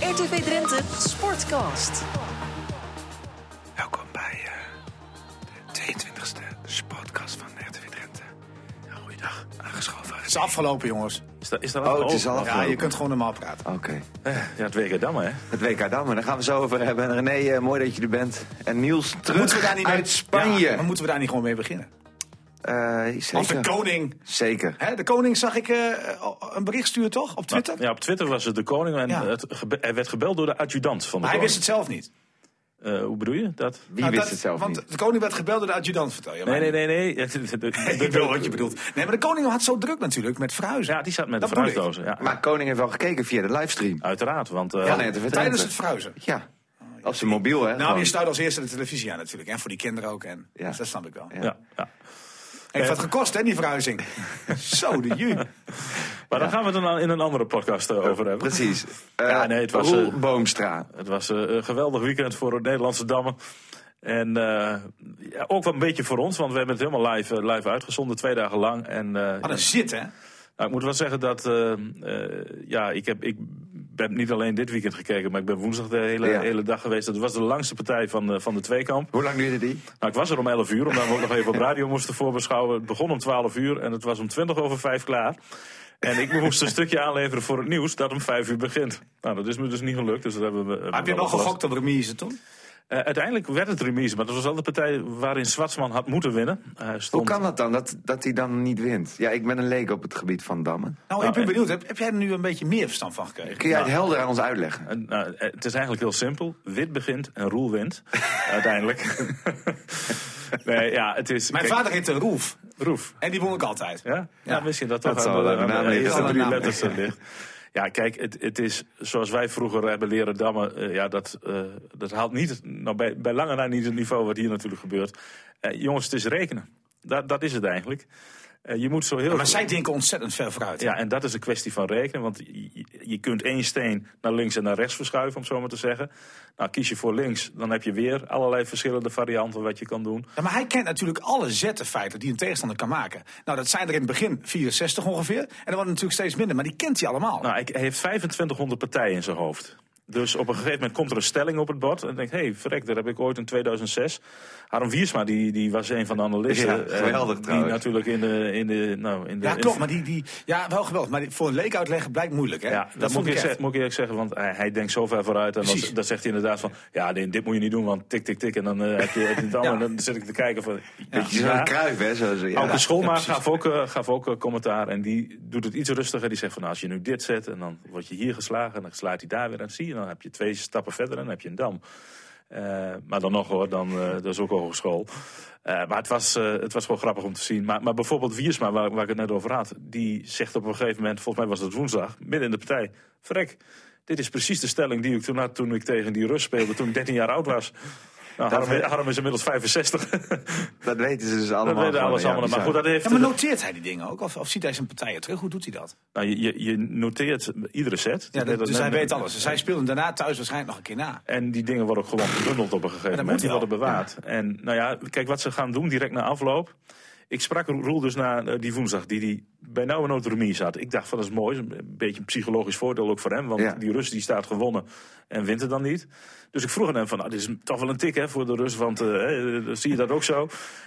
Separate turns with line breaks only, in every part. RTV Drenthe Sportcast.
Welkom bij eh, de 22e Sportcast van RTV Drenthe. Goeiedag. Aangeschoven.
Het is afgelopen, jongens.
Is dat, is dat
Oh, het is al
Ja,
afgelopen.
je kunt gewoon normaal praten.
Oké.
Ja, het WK Damme, hè?
Het WK Dammen, daar gaan we zo over hebben. En René, eh, mooi dat je er bent. En Niels, terug
Moeten we daar niet mee-
uit Spanje.
Ja, maar moeten we daar niet gewoon mee beginnen?
Eh,
Als de
zeker.
koning.
zeker.
Hè, de koning zag ik eh, een bericht sturen, toch? Op Twitter?
Ja, op Twitter was het de koning en
Ja.
het gebe- hij werd gebeld door de adjudant van de
Maar hij wist
koning.
het zelf niet.
Eh, hoe bedoel je dat?
Wie
Nou,
wist
dat-
het zelf
want
niet?
de koning werd gebeld door de adjudant, vertel je.
Nee,
maar.
nee, nee, nee. Ik
Ik wil wat je bedoelt. Nee, maar de koning had zo druk natuurlijk met verhuizen.
Ja, die zat met
Dat
de
bedoel ik.
fruitdozen. Ja,
Maar koning heeft wel gekeken via de livestream.
uiteraard, want... eh,
Ja, nee, het werd
Tijdens
Drenthe.
het verhuizen.
Ja, op zijn mobiel, hè?
Nou,
gewoon.
je stuit als eerste de televisie aan natuurlijk. En voor die kinderen ook. En,
Ja.
Dus dat snap ik wel.
Ja.
ja, ja.
Heeft wat gekost, hè, die verhuizing? zo, de ju.
Maar daar gaan we het dan in een andere podcast eh, over hebben.
Precies. Eh,
Ja, nee, het was,
Roel
eh,
Boomstra.
Het was eh, een geweldig weekend voor het Nederlandse dammen. En eh, ja, ook wel een beetje voor ons, want we hebben het helemaal live, eh, live uitgezonden, twee dagen lang. En, eh,
Wat een zit, hè?
Nou, ik moet wel zeggen dat. eh, eh, ja, ik, heb, ik ben niet alleen dit weekend gekeken, maar ik ben woensdag de hele,
Ja.
hele dag geweest. Dat was de langste partij van de, van de tweekamp.
Hoe lang duurde die?
Nou, ik was er om 11 uur, omdat we ook nog even op radio moesten voorbeschouwen. Het begon om 12 uur en het was om 20 over 5 klaar. En ik moest een stukje aanleveren voor het nieuws dat om 5 uur begint. Nou, dat is me dus niet gelukt. Dus dat hebben we,
Heb je wel gegokt op remise toen? Nou,
Eh, uiteindelijk werd het remise, maar dat was wel de partij waarin Zwartsman had moeten winnen. Hij
Hoe
stond-
kan dat dan, dat, dat hij dan niet wint? Ja, ik ben een leek op het gebied van dammen.
Nou, ik ben
en-
benieuwd. Heb, heb jij er nu een beetje meer verstand van gekregen?
Kun jij het helder aan ons uitleggen?
En, nou, eh, het is eigenlijk heel simpel. Wit begint en Roel wint. uiteindelijk. nee, ja, het is...
Mijn
kijk,
vader heette Roef.
Roef.
En die won ik altijd.
Ja? Ja, misschien dat toch
Dat zal
aan de,
wel
aan de
een naam liggen.
eerste
Dat zal
drie
een naam
letters er ligt. Ja, kijk, het, het is zoals wij vroeger hebben leren dammen. eh, ja, dat, eh, dat haalt niet, nou, bij, bij lange na niet het niveau wat hier natuurlijk gebeurt. Eh, jongens, het is rekenen. Dat, dat is het eigenlijk. Eh, je moet zo heel
Maar zij denken ontzettend ver vooruit.
ja, en dat is een kwestie van rekenen. Want je, je kunt één steen naar links en naar rechts verschuiven, om zo maar te zeggen. Nou, kies je voor links, dan heb je weer allerlei verschillende varianten wat je kan doen.
Ja, maar hij kent natuurlijk alle zetten feiten die een tegenstander kan maken. Nou, dat zijn er in het begin 64 ongeveer. En dan wordt het natuurlijk steeds minder. Maar die kent hij allemaal.
Nou, hij hij heeft 2500 partijen in zijn hoofd. Dus op een gegeven moment komt er een stelling op het bord. En ik denk, hé, hey, verrek, daar heb ik ooit in 2006. Harm Wiersma, die, die was een van de analisten.
Ja, geweldig
eh, Die
trouwens.
natuurlijk in de... In de, nou, in de
ja,
in-
klopt. Maar die, die, ja, wel geweldig. Maar die- voor een leek uitleggen blijkt moeilijk, hè?
Ja, dat, moet,
vond
ik
ik
zeggen,
echt.
moet ik eerlijk zeggen, want eh, hij, hij denkt zo ver vooruit. En
Precies.
dan, dan zegt hij inderdaad van, ja, nee, dit moet je niet doen, want tik, tik, tik. En dan eh, heb je heb je het allemaal.
Ja.
En dan zit ik te kijken van... Ja.
Beetje zo'n kruif, hè? Zo, zo, ja.
Auke Schoolmaat gaf ook, eh, gaf ook eh, commentaar en die doet het iets rustiger. Die zegt van, nou, als je nu dit zet en dan word je hier geslagen... en dan slaat hij daar weer aan zie je, dan heb je twee stappen verder en dan heb je een dam. Eh, maar dan nog hoor, dan, eh, dat is ook hogeschool. Eh maar het was, eh, het was gewoon grappig om te zien. Maar, maar bijvoorbeeld Wiersma, waar, waar ik het net over had, die zegt op een gegeven moment, volgens mij was het woensdag, midden in de partij, verrek. Dit is precies de stelling die ik toen had toen ik tegen die Rus speelde, toen ik 13 jaar oud was. Nou,
Dat-
Harm, Harm is inmiddels 65.
Dat weten ze dus
dat
allemaal.
weten
gewoon,
alles
ja,
allemaal. Maar
bizar.
goed, dat heeft
Ja, maar noteert hij die dingen ook? Of, of ziet hij zijn partijen terug? Hoe doet hij dat?
Nou, je, je, je noteert iedere set.
Ja, dat,
Dat-
dus
dat-
hij weet alles. Dus hij speelde hem daarna thuis waarschijnlijk nog een keer na.
En die dingen worden ook gewoon gebundeld op een gegeven
dat
moment.
moet wel.
Die worden bewaard. En nou ja, kijk wat ze gaan doen direct na afloop. Ik sprak Roel dus na eh, die woensdag, die, die bij nauwe nood remis zat. Ik dacht van dat is mooi, is een beetje een psychologisch voordeel ook voor hem. Want
Ja.
die Rus die staat gewonnen en wint het dan niet. Dus ik vroeg aan hem van, ah, dit is toch wel een tik hè, voor de Rus, want eh, eh, zie je dat ook zo? En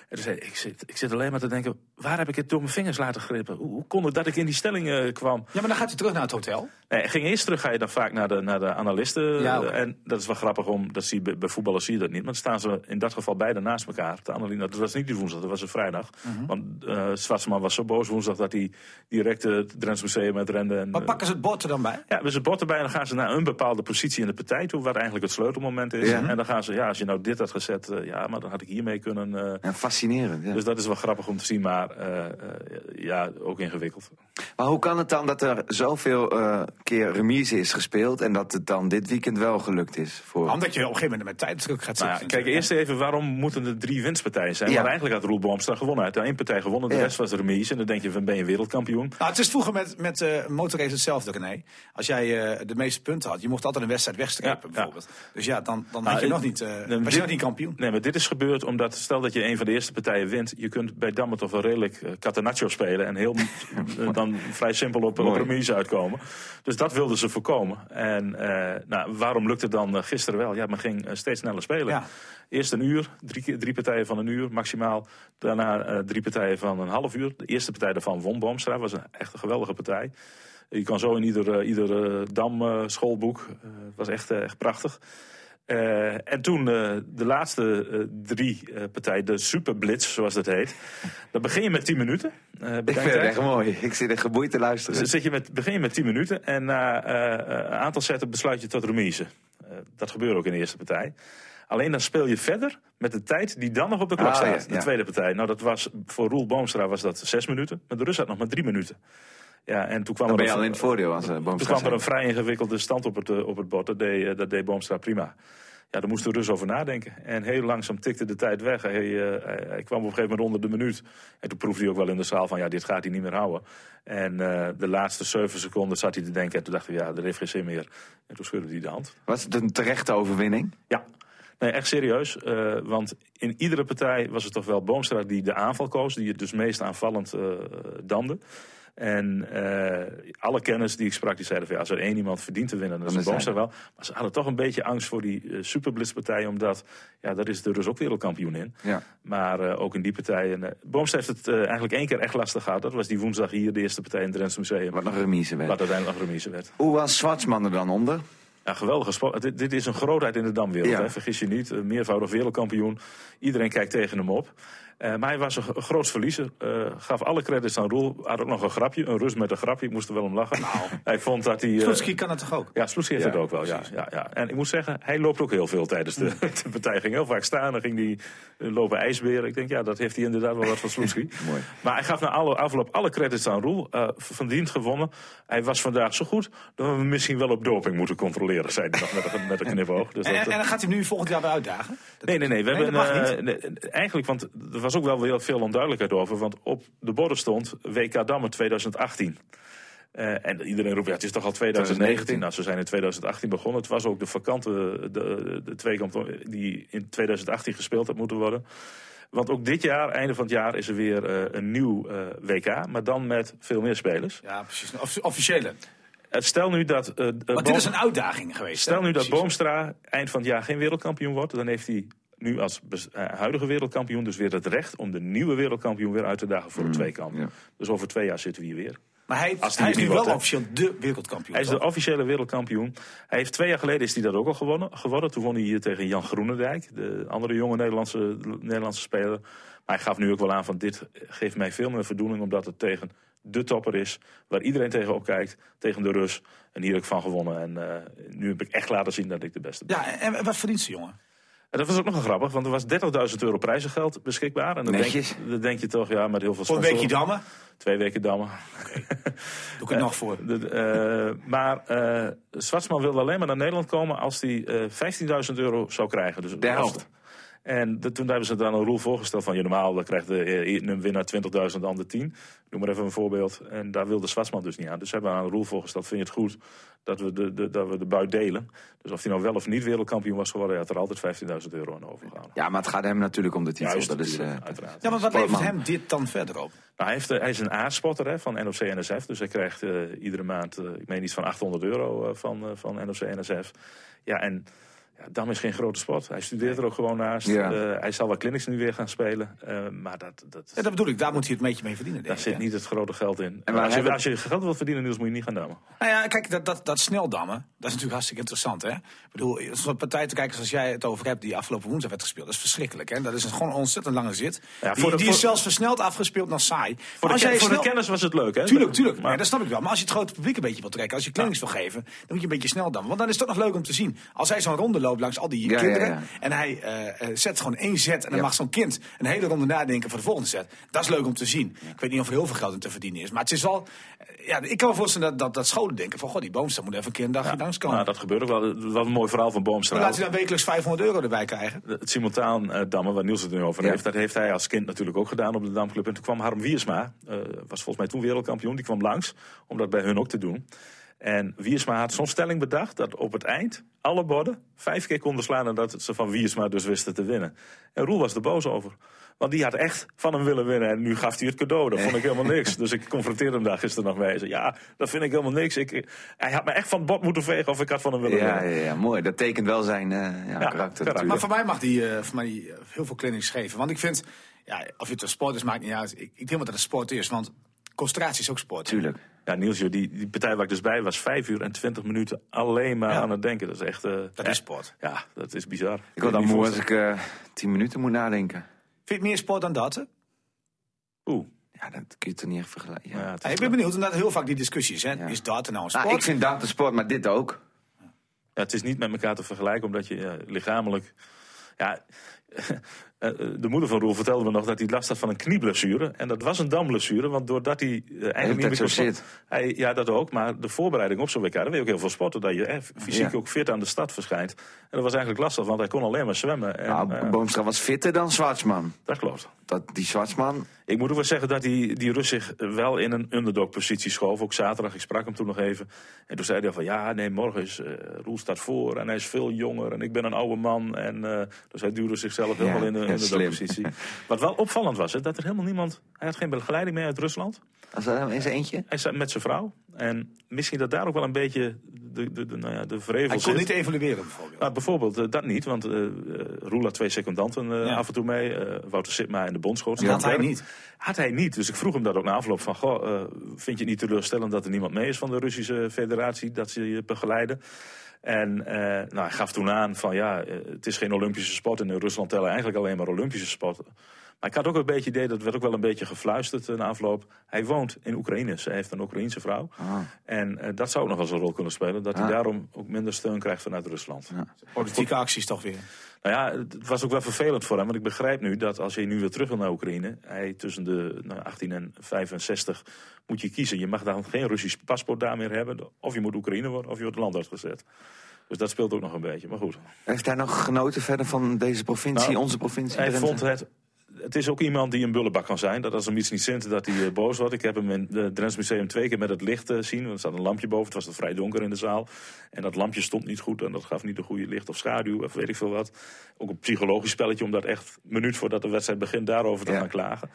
toen zei hij, ik zit, ik zit alleen maar te denken, waar heb ik het door mijn vingers laten grippen? Hoe, hoe kon het dat ik in die stelling eh, kwam?
Ja, maar dan gaat hij terug naar het hotel.
Nee, ging eerst terug, ga je dan vaak naar de, naar de analisten.
Ja, oké.
En dat is wel grappig, om, dat zie je, bij- bij voetballers zie je dat niet. Maar dan staan ze in dat geval beide naast elkaar. De analie, dat was niet die woensdag, dat was een vrijdag.
Mhm.
Want eh Schwarzman was zo boos woensdag dat hij direct eh, het Drents Museum met rende. En, eh,
Maar pakken ze het bord er dan bij?
ja, dus het bord erbij en dan gaan ze naar een bepaalde positie in de partij toe, wat eigenlijk het sleutelmoment is.
Ja.
En dan gaan ze, ja, als je nou dit had gezet, eh, ja, maar dan had ik hiermee kunnen. eh.
Ja, fascinerend. Ja.
Dus dat is wel grappig om te zien, maar eh, eh, ja, ook ingewikkeld.
Maar hoe kan het dan dat er zoveel eh, keer remise is gespeeld en dat het dan dit weekend wel gelukt is? Voor...
Omdat je op een gegeven moment met tijd terug gaat
Nou ja,
zitten.
kijk eerst even, waarom moeten er drie winstpartijen zijn?
eh, Ja.
Maar eigenlijk had Roel Boomstra gewonnen. Hij had één partij gewonnen, de
Ja.
rest was remise. En dan denk je, van ben je wereldkampioen?
Nou, het is vroeger met, met eh motorrace hetzelfde, René. Als jij eh, de meeste punten had, je mocht altijd een wedstrijd
Ja,
wegstrepen,
ja.
bijvoorbeeld. Dus ja, dan, dan
Nou,
had je
eh,
nog niet, eh,
dan
was
dit-
je nog niet kampioen.
Nee, maar dit is gebeurd omdat, stel dat je een van de eerste partijen wint. Je kunt bij Damme toch wel redelijk eh, Catenaccio spelen. En heel, eh, dan dan vrij simpel op, op
Mooi.
remise uitkomen. Dus dat wilden ze voorkomen. En eh, nou, waarom lukte het dan eh, gisteren wel? Ja, men ging eh, steeds sneller spelen.
Ja.
Eerst een uur, drie, keer- drie partijen van een uur maximaal. Daarna eh, drie partijen van een half uur. De eerste partij daarvan won Boomstra. was een, echt een geweldige partij. Je kan zo in ieder, eh, ieder eh, dam eh, schoolboek. Eh, Het was echt, eh, echt prachtig. Eh, en toen eh, de laatste eh, drie eh, partijen, de superblitz zoals dat heet. Dan begin je met 10 minuten. eh,
Ik vind het
bedenktijd.
echt mooi. Ik zit er geboeid te luisteren.
Dus zit je met, begin je met 10 minuten en na eh, eh, een aantal zetten besluit je tot remise. Eh, dat gebeurt ook in de eerste partij. Alleen dan speel je verder met de tijd die dan nog op de klok
Ah,
staat.
ja,
de
ja.
tweede partij. Nou, dat was, voor Roel Boomstra was dat zes minuten. Maar de Rus had nog maar drie minuten. Ja, en toen kwam
Dan
er
ben je
een-
al in het voordeel als eh, een
toen kwam er een vrij ingewikkelde stand op het, eh, op het bord. Dat deed, eh, dat deed Boomstra prima. Ja, daar moest de Rus over nadenken. En heel langzaam tikte de tijd weg. Hij, eh, hij, hij kwam op een gegeven moment onder de minuut. En toen proefde hij ook wel in de zaal van... ja, dit gaat hij niet meer houden. En eh, de laatste zeven seconden zat hij te denken. En toen dacht hij, ja, er heeft geen zin meer. En toen schudde hij de hand.
Was het een terechte overwinning?
Ja, nee, echt serieus. eh, want in iedere partij was het toch wel Boomstra die de aanval koos. Die het dus meest aanvallend eh damde. En eh, alle kenners die ik sprak, die zeiden van ja, als er één iemand verdient te winnen, dan is
Dan
het
is hij
Boomstra wel. Maar ze hadden toch een beetje angst voor die eh, superblitzpartij, omdat ja, daar is de Rus ook wereldkampioen in.
Ja.
Maar eh, ook in die partijen. eh, Boomstra heeft het eh, eigenlijk één keer echt lastig gehad. Dat was die woensdag hier, de eerste partij in het Drents Museum.
Wat nog remise werd.
Wat uiteindelijk nog remise werd.
Hoe was Zwartsman er dan onder?
Ja, geweldige sport. Dit, dit is een grootheid in de damwereld,
Ja.
hè, vergis je niet. Een Meervoudig wereldkampioen. Iedereen kijkt tegen hem op. Eh, maar hij was een gro- groot verliezer. Eh, gaf alle credits aan Roel. Had ook nog een grapje. Een rust met een grapje. Ik moest er wel om lachen. Hij vond dat hij... eh,
Sloetski kan het toch ook?
ja, Sloetski heeft
Ja,
het ook wel. Ja, ja, ja. En ik moet zeggen, hij loopt ook heel veel tijdens de, de partij. Ging heel vaak staan. Dan ging hij eh, lopen ijsberen. Ik denk, ja, dat heeft hij inderdaad wel wat van Sloetski.
Mooi.
Maar hij gaf na alle afloop alle credits aan Roel. eh, verdiend gewonnen. Hij was vandaag zo goed dat we hem misschien wel op doping moeten controleren. Zei hij nog met een, met een knipoog. Dus
En,
dat,
en, en dan gaat hij hem nu volgend jaar weer uitdagen? Dat-
Nee, nee, nee. We
Nee,
hebben,
dat mag
eh, nee, eigenlijk, want er was ook wel heel veel onduidelijkheid over. Want op de borden stond WK Dammen 2018. Eh, en iedereen roept, ja, het is toch al 2019. Nou, ze zijn in 2018 begonnen. Het was ook de vakante, de, de tweekamp die in 2018 gespeeld had moeten worden. Want ook dit jaar, einde van het jaar, is er weer eh, een nieuw eh, WK. Maar dan met veel meer spelers.
Ja, precies. Of- officiële.
Eh, Stel nu dat... eh, eh,
Want
Boom-
dit is een uitdaging geweest.
Stel
hè?
nu dat
Precies.
Boomstra eind van het jaar geen wereldkampioen wordt, dan heeft hij nu als bes- eh, huidige wereldkampioen dus weer het recht om de nieuwe wereldkampioen weer uit te dagen voor de tweekamp.
ja.
Dus over twee jaar zitten we hier weer.
Maar hij,
Als die
hij is nu
niet
wel
wordt, hè?
officieel de wereldkampioen.
Hij is de
toch?
officiële wereldkampioen. Hij heeft twee jaar geleden is hij dat ook al gewonnen. gewonnen. Toen won hij hier tegen Jan Groenendijk, de andere jonge Nederlandse, Nederlandse speler. Maar hij gaf nu ook wel aan van dit geeft mij veel meer voldoening omdat het tegen de topper is. Waar iedereen tegen opkijkt, tegen de Rus. En hier heb ik van gewonnen. En eh, nu heb ik echt laten zien dat ik de beste ben.
Ja, en en wat verdient ze, jongen?
En dat was ook nog wel grappig, want er was 30.000 euro prijzengeld beschikbaar. En dan
Netjes.
denk, dan denk je toch, ja, met heel veel
Voor een
sponsoren.
weekje dammen?
Twee weken dammen.
Doe ik het nog voor.
De- eh, maar eh Zwartsman wilde alleen maar naar Nederland komen als hij eh 15.000 euro zou krijgen. Dus
De helft.
En de- toen hebben ze dan een roel voorgesteld van... Ja, normaal dan krijgt de eh, een winnaar 20.000, de ander 10. Noem maar even een voorbeeld. En daar wilde Zwartsman dus niet aan. Dus ze hebben aan een roel voorgesteld, vind je het goed dat we de, de, dat we de buit delen? Dus of hij nou wel of niet wereldkampioen was geworden... hij had er altijd 15.000 euro aan overgehouden.
Ja, maar het gaat hem natuurlijk om de titel.
Juist,
dat is,
natuurlijk,
eh,
uiteraard.
Ja, maar wat levert
Sportman.
hem dit dan verder op?
Nou, hij, heeft, eh, hij is een A-spotter hè, van NOC-NSF. Dus hij krijgt eh, iedere maand, eh, ik meen iets van 800 euro eh, van, eh, van NOC-NSF. Ja, en ja, Dam is geen grote sport. Hij studeert er ook gewoon naast.
Ja.
Eh, hij zal wel clinics nu weer gaan spelen. eh, maar dat, dat,
Ja, dat bedoel ik, daar moet hij het beetje mee verdienen.
daar
Denk ik,
zit
hè?
niet het grote geld in.
En waar
als, je,
hebben-
als je geld wilt verdienen, Niels, moet je niet gaan dammen.
Nou ja, kijk, dat, dat, dat sneldammen, dat is natuurlijk hartstikke interessant. Hè? Ik bedoel, zo'n partij te kijken zoals jij het over hebt, die afgelopen woensdag werd gespeeld, dat is verschrikkelijk. Hè? Dat is gewoon een ontzettend lange zit.
Ja,
die
voor de-
die
voor-
is zelfs versneld afgespeeld naar saai.
Voor,
Maar
de,
als jij
ken- voor de
snel-
kennis was het leuk, hè?
Tuurlijk, tuurlijk.
Maar-
Ja, dat snap ik wel. Maar als je het grote publiek een beetje wil trekken, als je klinics wil geven, dan moet je een beetje snel dan. Want dan is het toch nog leuk om te zien. Als hij zo'n ronde loopt langs al die
Ja,
kinderen.
ja, ja.
En hij eh, eh, zet gewoon één zet. En dan
Ja.
mag zo'n kind een hele ronde nadenken voor de volgende set. Dat is leuk om te zien. Ik weet niet of er heel veel geld in te verdienen is. Maar het is wel. eh, Ja, ik kan me voorstellen dat, dat, dat scholen denken: van goh, die boomstam moet even een keer een dagje langskomen.
nou, dat gebeurt ook wel. Wat een mooi verhaal van
dan
Boomstra.
laat hij dan wekelijks 500 euro erbij krijgen.
het simultaan eh, dammen, waar Niels het nu over
Ja.
heeft, dat heeft hij als kind natuurlijk ook gedaan op de damclub. En toen kwam Harm Wiersma, eh, was volgens mij toen wereldkampioen, die kwam langs om dat bij hun ook te doen. Eh, En Wiersma had zo'n stelling bedacht dat op het eind alle borden vijf keer konden slaan en dat ze van Wiersma dus wisten te winnen. En Roel was er boos over. Want die had echt van hem willen winnen. En nu gaf hij het cadeau. Dat vond ik helemaal niks. Dus ik confronteerde hem daar gisteren nog mee. Hij zei, ja, dat vind ik helemaal niks. Ik, hij had me echt van het bord moeten vegen of ik had van hem willen
Ja,
winnen.
ja, ja, mooi. Dat tekent wel zijn eh, ja,
Ja,
karakter
karakter.
Maar
natuurlijk.
voor mij mag die, eh, voor mij die, eh, heel veel klinics geven. Want ik vind, ja, of je het een sport is, maakt niet uit. Ik, ik denk wel dat het sport is, want concentratie is ook sport.
Tuurlijk.
Ja, Niels, joh, die, die partij waar ik dus bij was, vijf uur en twintig minuten alleen maar
Ja.
aan het denken. Dat is echt... eh,
Dat
ja,
is sport.
Ja, dat is bizar.
Ik word dan
Niet
moe als ik eh, tien minuten moet nadenken.
Vind je het meer sport dan dat? hè?
voorstellen. Oeh.
Ja, dat kun je toch niet echt vergelijken. Ja.
Ja, het
Ja,
is-
ik ben benieuwd, omdat heel vaak die discussies hè?
Ja.
Is dat nou een sport?
Nou, ik vind dat de sport, maar dit ook.
Ja, het is niet met elkaar te vergelijken, omdat je ja, lichamelijk. Ja, eh, eh, de moeder van Roel vertelde me nog dat hij last had van een knieblessure. En dat was een damblessure, want doordat hij eh,
hele
eigenlijk
tijd
niet
zo
meer kon
zit.
sporten- Hij, ja, dat ook. Maar de voorbereiding op zo'n WK, daar wil je ook heel veel sporten. Dat je eh, f- fysiek
Ja.
ook fit aan de stad verschijnt. En dat was eigenlijk lastig, want hij kon alleen maar zwemmen. En,
Nou,
eh,
Boomstra was fitter dan Zwartsman.
dat klopt.
Dat, die Zwartsman,
Ik moet ook wel zeggen dat die, die Rus zich wel in een underdog-positie schoof. Ook zaterdag, ik sprak hem toen nog even. En toen zei hij van, ja, nee, morgen is eh, Roel staat voor en hij is veel jonger en ik ben een oude man. En, eh, dus hij duwde zichzelf helemaal in de
ja, slim.
underdog-positie. Wat wel opvallend was, hè, dat er helemaal niemand... Hij had geen begeleiding mee uit Rusland.
als dat in zijn eentje.
Hij zat met zijn vrouw. En misschien dat daar ook wel een beetje de, de, de, nou ja, de vrevel
Hij kon
zit.
niet evalueren, bijvoorbeeld.
Nou, bijvoorbeeld eh, dat niet, want eh eh, Roel had twee secondanten eh,
Ja.
af en toe mee. eh, Wouter Sitma en de bondscoach.
Dat had hij niet.
Had hij niet. Dus ik vroeg hem dat ook na afloop van... Goh, eh, vind je het niet teleurstellend dat er niemand mee is van de Russische federatie... dat ze je begeleiden? En eh, nou, hij gaf toen aan van ja, eh, het is geen Olympische sport. En in Rusland tellen eigenlijk alleen maar Olympische sporten. Maar ik had ook een beetje het idee, dat werd ook wel een beetje gefluisterd eh, na afloop. Hij woont in Oekraïne. Ze heeft een Oekraïense vrouw.
Ah.
En eh, dat zou ook nog wel eens een rol kunnen spelen. Dat hij
Ah.
daarom ook minder steun krijgt vanuit Rusland.
Politieke acties toch weer.
Nou ja, het was ook wel vervelend voor hem. Want ik begrijp nu dat als hij nu weer terug wil naar Oekraïne. Hij tussen de nou, 18 en 65 moet je kiezen. Je mag dan geen Russisch paspoort daar meer hebben. Of je moet Oekraïne worden of je wordt het land uitgezet. Dus dat speelt ook nog een beetje. Maar goed.
Heeft hij nog genoten verder van deze provincie,
Nou,
onze provincie?
Hij
Drenthe?
vond het. Het is ook iemand die een bullebak kan zijn. Dat als hem iets niet zint, dat hij eh, boos wordt. Ik heb hem in het eh, Drents Museum twee keer met het licht eh, zien. Want er staat een lampje boven. Het was nog vrij donker in de zaal. En dat lampje stond niet goed. En dat gaf niet de goede licht of schaduw. Of weet ik veel wat. Ook een psychologisch spelletje. Om dat echt minuut voordat de wedstrijd begint daarover te
Ja.
gaan klagen.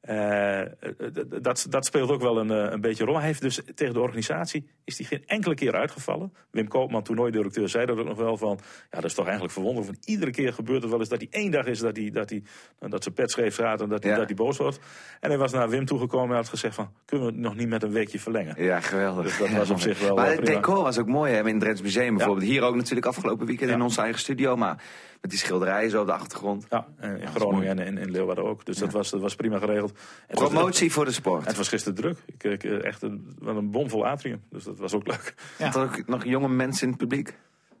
Eh, eh, d- dat, dat speelt ook wel een, eh, een beetje een rol. Hij heeft dus tegen de organisatie is die geen enkele keer uitgevallen. Wim Koopman, toernooidirecteur, zei dat ook nog wel van... ja, dat is toch eigenlijk verwonderlijk. Want iedere keer gebeurt het wel eens dat hij één dag is... dat, hij, dat, hij, nou, dat zijn pet scheef gaat en dat hij,
Ja.
dat hij boos wordt. En hij was naar Wim toegekomen en had gezegd van... kunnen we het nog niet met een weekje verlengen?
Ja, geweldig.
Dus dat
Ja,
was op
mooi.
zich wel,
Maar
eh,
het
prima.
decor was ook mooi hè, in het Drents Museum bijvoorbeeld. Hier ook natuurlijk afgelopen weekend in
Ja.
onze eigen studio. Maar met die schilderijen zo op de achtergrond.
Ja, en in Groningen en in, in Leeuwarden ook. Dus dat, was, dat was prima geregeld. En het was-
Promotie voor de sport.
Het was gisteren druk. Ik, ik, eh, echt een, wel een bomvol atrium. Dus dat was ook leuk.
Ja.
Had er ook nog jonge mensen in het publiek?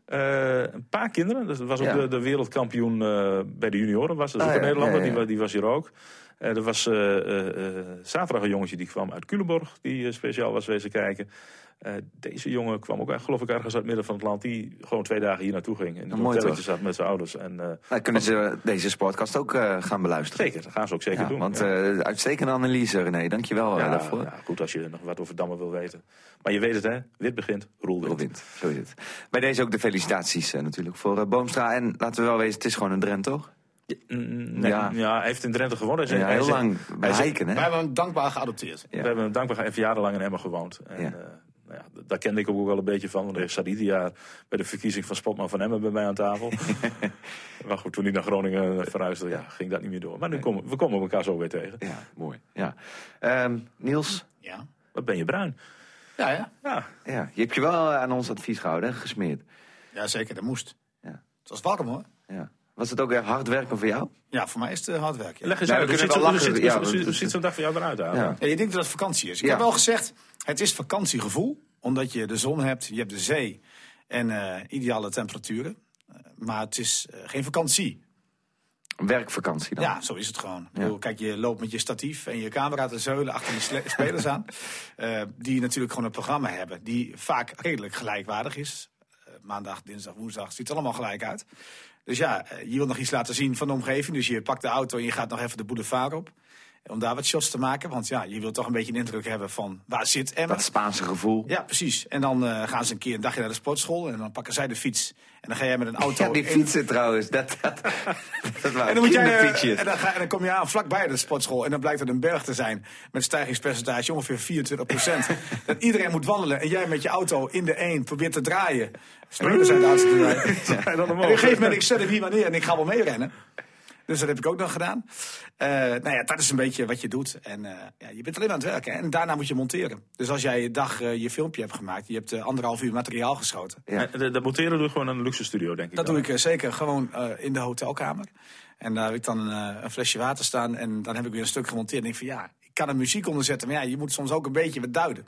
Eh, een paar kinderen. Dus dat was ook
Ja.
de, de wereldkampioen eh, bij de junioren. Was. Dat is
Ah,
ook
ja,
een Nederlander,
ja, ja.
Die, wa- die was hier ook. Eh, er was eh, eh, eh, zaterdag een jongetje die kwam uit Culemborg. Die eh, speciaal was wezen kijken. Eh, deze jongen kwam ook, eh, geloof ik, ergens uit het midden van het land. Die gewoon twee dagen hier naartoe ging. In
Nou,
een
mooi
hotelletje
toch?
zat met zijn ouders. En, eh,
Nou, kunnen ze deze sportcast ook eh, gaan beluisteren?
zeker, dat gaan ze ook zeker
Ja,
doen.
want
ja.
eh, uitstekende analyse, René. Dankjewel eh,
Ja,
daarvoor.
ja, goed, als je nog wat over dammen wil weten. Maar je weet het, hè? Wit begint, roel wint.
Robin, zo is het. Bij deze ook de felicitaties eh, natuurlijk voor eh, Boomstra. En laten we wel wezen, het is gewoon een Drent, toch?
Mm, nee,
Ja.
ja. hij heeft in Drenthe gewonnen. Hij is-
Ja,
hij
heel
is-
lang
hij is-
bereiken,
Wij
hè?
hebben hem dankbaar geadopteerd.
Ja.
We hebben dankbaar even jarenlang in Emmen gewoond. En,
Ja.
eh, nou ja, d- daar kende ik ook wel een beetje van. Want er zat ieder jaar bij de verkiezing van Spotman van Emmen bij mij aan tafel. maar goed, toen hij naar Groningen eh, verhuisde, ja, ging dat niet meer door. Maar nu komen, we komen elkaar zo weer tegen.
Ja, mooi. Ja. Ehm, Niels,
Ja.
Wat ben je bruin?
Ja, ja.
Ja,
ja, je hebt je wel eh, aan ons advies gehouden, hè? gesmeerd.
ja, zeker. Dat moest.
Ja.
Het was warm hoor.
Ja. Was het ook erg hard werken voor jou?
Ja, voor mij is het eh, hard werken. Ja.
leg eens
Nou,
uit.
we
Hoe
kunnen
ziet
wel
zo- hoe
lachen,
ziet-
ja,
hoe ziet-
want-
hoe ziet zo'n dag voor jou eruit? Aad?
Ja.
Ja, je denkt dat het vakantie is. Ik
Ja.
heb wel gezegd, het is vakantiegevoel. Omdat je de zon hebt, je hebt de zee en eh, ideale temperaturen. Eh, maar het is eh, geen vakantie.
Werkvakantie dan?
Ja, zo is het gewoon. Ik bedoel, kijk, je loopt met je statief en je camera te zeulen achter die sle- spelers aan. eh, die natuurlijk gewoon een programma hebben die vaak redelijk gelijkwaardig is. Eh, maandag, dinsdag, woensdag, ziet er allemaal gelijk uit. Dus ja, eh, je wil nog iets laten zien van de omgeving. Dus je pakt de auto en je gaat nog even de boulevard op. Om daar wat shots te maken. Want ja, je wilt toch een beetje een indruk hebben van waar zit Emmen.
Dat Spaanse gevoel.
Ja, precies. En dan eh, gaan ze een keer een dagje naar de sportschool. En dan pakken zij de fiets. En dan ga jij met een auto.
Ja, die
in-
fietsen trouwens. Dat, dat, dat
En
waren
dan, moet jij, eh,
kinderfietsjes.
en, dan ga, en dan kom je aan vlakbij de sportschool. En dan blijkt het een berg te zijn. Met stijgingspercentage ongeveer 24 dat iedereen moet wandelen. En jij met je auto in de een probeert te draaien. Spelers zijn de oudste te draaien.
En dan
En op
omhoog.
een gegeven moment, ik zet hem hier maar neer en ik ga wel meerennen. Dus dat heb ik ook nog gedaan. Eh, nou ja, dat is een beetje wat je doet. En eh, ja, je bent alleen aan het werken. En daarna moet je monteren. Dus als jij je dag eh, je filmpje hebt gemaakt, je hebt eh, anderhalf uur materiaal geschoten.
Ja.
Eh, Dat monteren doe ik gewoon aan een luxe studio, denk ik.
Dat
dan.
doe ik eh, zeker gewoon eh, in de hotelkamer. En daar heb ik dan eh, een flesje water staan. En dan heb ik weer een stuk gemonteerd. En ik van ja, ik kan er muziek onder zetten. Maar ja, je moet soms ook een beetje wat duiden.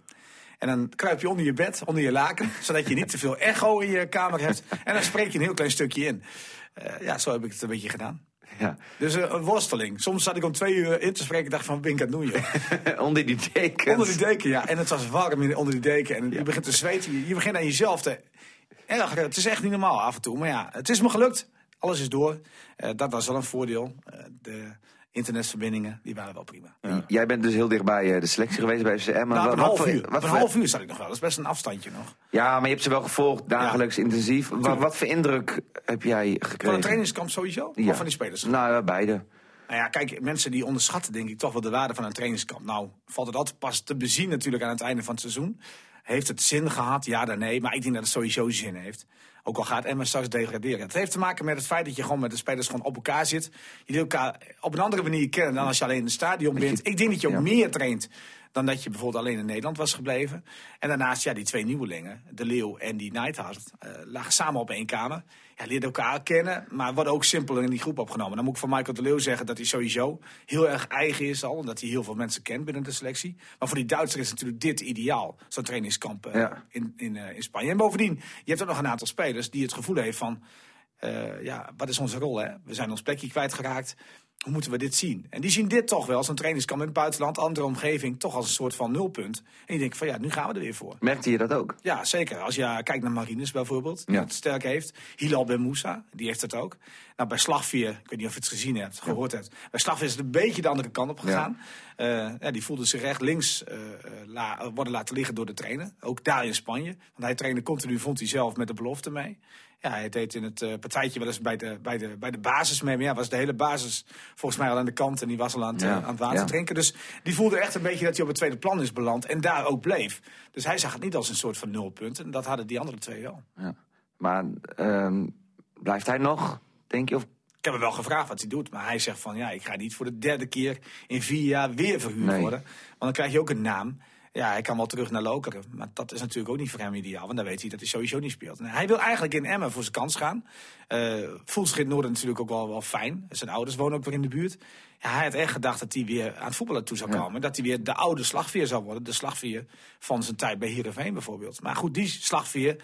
En dan kruip je onder je bed, onder je laken. zodat je niet te veel echo in je kamer hebt. En dan spreek je een heel klein stukje in. Eh, ja, zo heb ik het een beetje gedaan.
Ja.
Dus eh, een worsteling. Soms zat ik om twee uur in te spreken. en dacht van, wat ben ik aan het doen, joh?
Onder die dekens.
Onder die deken, ja. En het was warm in- onder die deken. En je begint te zweten. Je, je begint aan jezelf te ergeren. Het is echt niet normaal af en toe. Maar ja, het is me gelukt. Alles is door. Eh, dat was wel een voordeel. Eh, de internetverbindingen, die waren wel prima.
Jij bent dus heel dichtbij eh, de selectie geweest bij FC Emmen.
Na
Wat-
Nou, een
wat
half
voor-
uur.
wat
een
voor-
half uur zat ik nog wel. Dat is best een afstandje nog.
Ja, maar je hebt ze wel gevolgd, dagelijks intensief. Wa- Wat, voor indruk heb jij
Van
gekregen?
een trainingskamp sowieso?
Ja.
Of van die spelers?
Nou, ja, beide.
Nou ja, kijk, mensen die onderschatten denk ik toch wel de waarde van een trainingskamp. Nou, valt het altijd pas te bezien natuurlijk aan het einde van het seizoen. Heeft het zin gehad? Ja dan nee. Maar ik denk dat het sowieso zin heeft. Ook al gaat Emma straks degraderen. Het heeft te maken met het feit dat je gewoon met de spelers gewoon op elkaar zit. Jullie elkaar op een andere manier kennen dan als je alleen in het stadion bent. Ik denk dat je ook
ja.
meer traint dan dat je bijvoorbeeld alleen in Nederland was gebleven. En daarnaast, ja, die twee nieuwelingen, De Leeuw en die Nighthart, eh, lagen samen op één kamer. Ja, leerden elkaar kennen, maar worden ook simpeler in die groep opgenomen. Dan moet ik van Michael De Leeuw zeggen dat hij sowieso heel erg eigen is al. Omdat hij heel veel mensen kent binnen de selectie. Maar voor die Duitser is natuurlijk dit ideaal, zo'n trainingskamp eh,
Ja.
in, in, eh, in Spanje. En bovendien, je hebt ook nog een aantal spelers die het gevoel heeft van... eh, ja, wat is onze rol, hè? We zijn ons plekje kwijtgeraakt. Hoe moeten we dit zien? En die zien dit toch wel als een trainingskamp in het buitenland, andere omgeving, toch als een soort van nulpunt. En je denkt van ja, nu gaan we er weer voor.
Merkte je dat ook?
Ja, zeker. Als je kijkt naar Marines bijvoorbeeld, die
Ja.
het sterk heeft. Hilal Ben Moussa, die heeft het ook. Nou, bij Slagveer, ik weet niet of je het gezien hebt, gehoord hebt. Bij Slagveer is het een beetje de andere kant op gegaan. Eh, ja, die voelde zich recht links eh, eh, la- eh, worden laten liggen door de trainer. Ook daar in Spanje. Want hij trainde continu, vond hij zelf, met de belofte mee. Ja, hij deed in het eh, partijtje wel eens bij de, bij, de, bij de basis mee. Maar ja, was de hele basis volgens mij al aan de kant. En die was al aan het,
Ja,
eh, aan het water
ja.
drinken. Dus die voelde echt een beetje dat hij op het tweede plan is beland. En daar ook bleef. Dus hij zag het niet als een soort van nulpunt. En dat hadden die andere twee wel.
Ja. Maar ehm, blijft hij nog, denk je? Of...
Ik heb hem wel gevraagd wat hij doet. Maar hij zegt van ja, ik ga niet voor de derde keer in vier jaar weer verhuurd
Nee.
worden. Want dan krijg je ook een naam. Ja, hij kan wel terug naar Lokeren. Maar dat is natuurlijk ook niet voor hem ideaal. Want dan weet hij dat hij sowieso niet speelt. En hij wil eigenlijk in Emmen voor zijn kans gaan. Eh voelt zich in het Noorden natuurlijk ook wel, wel fijn. Zijn ouders wonen ook weer in de buurt. Ja, hij had echt gedacht dat hij weer aan het voetballen toe zou komen. Dat hij weer de oude slagveer zou worden. De slagveer van zijn tijd bij Heerenveen bijvoorbeeld. Maar goed, die slagveer,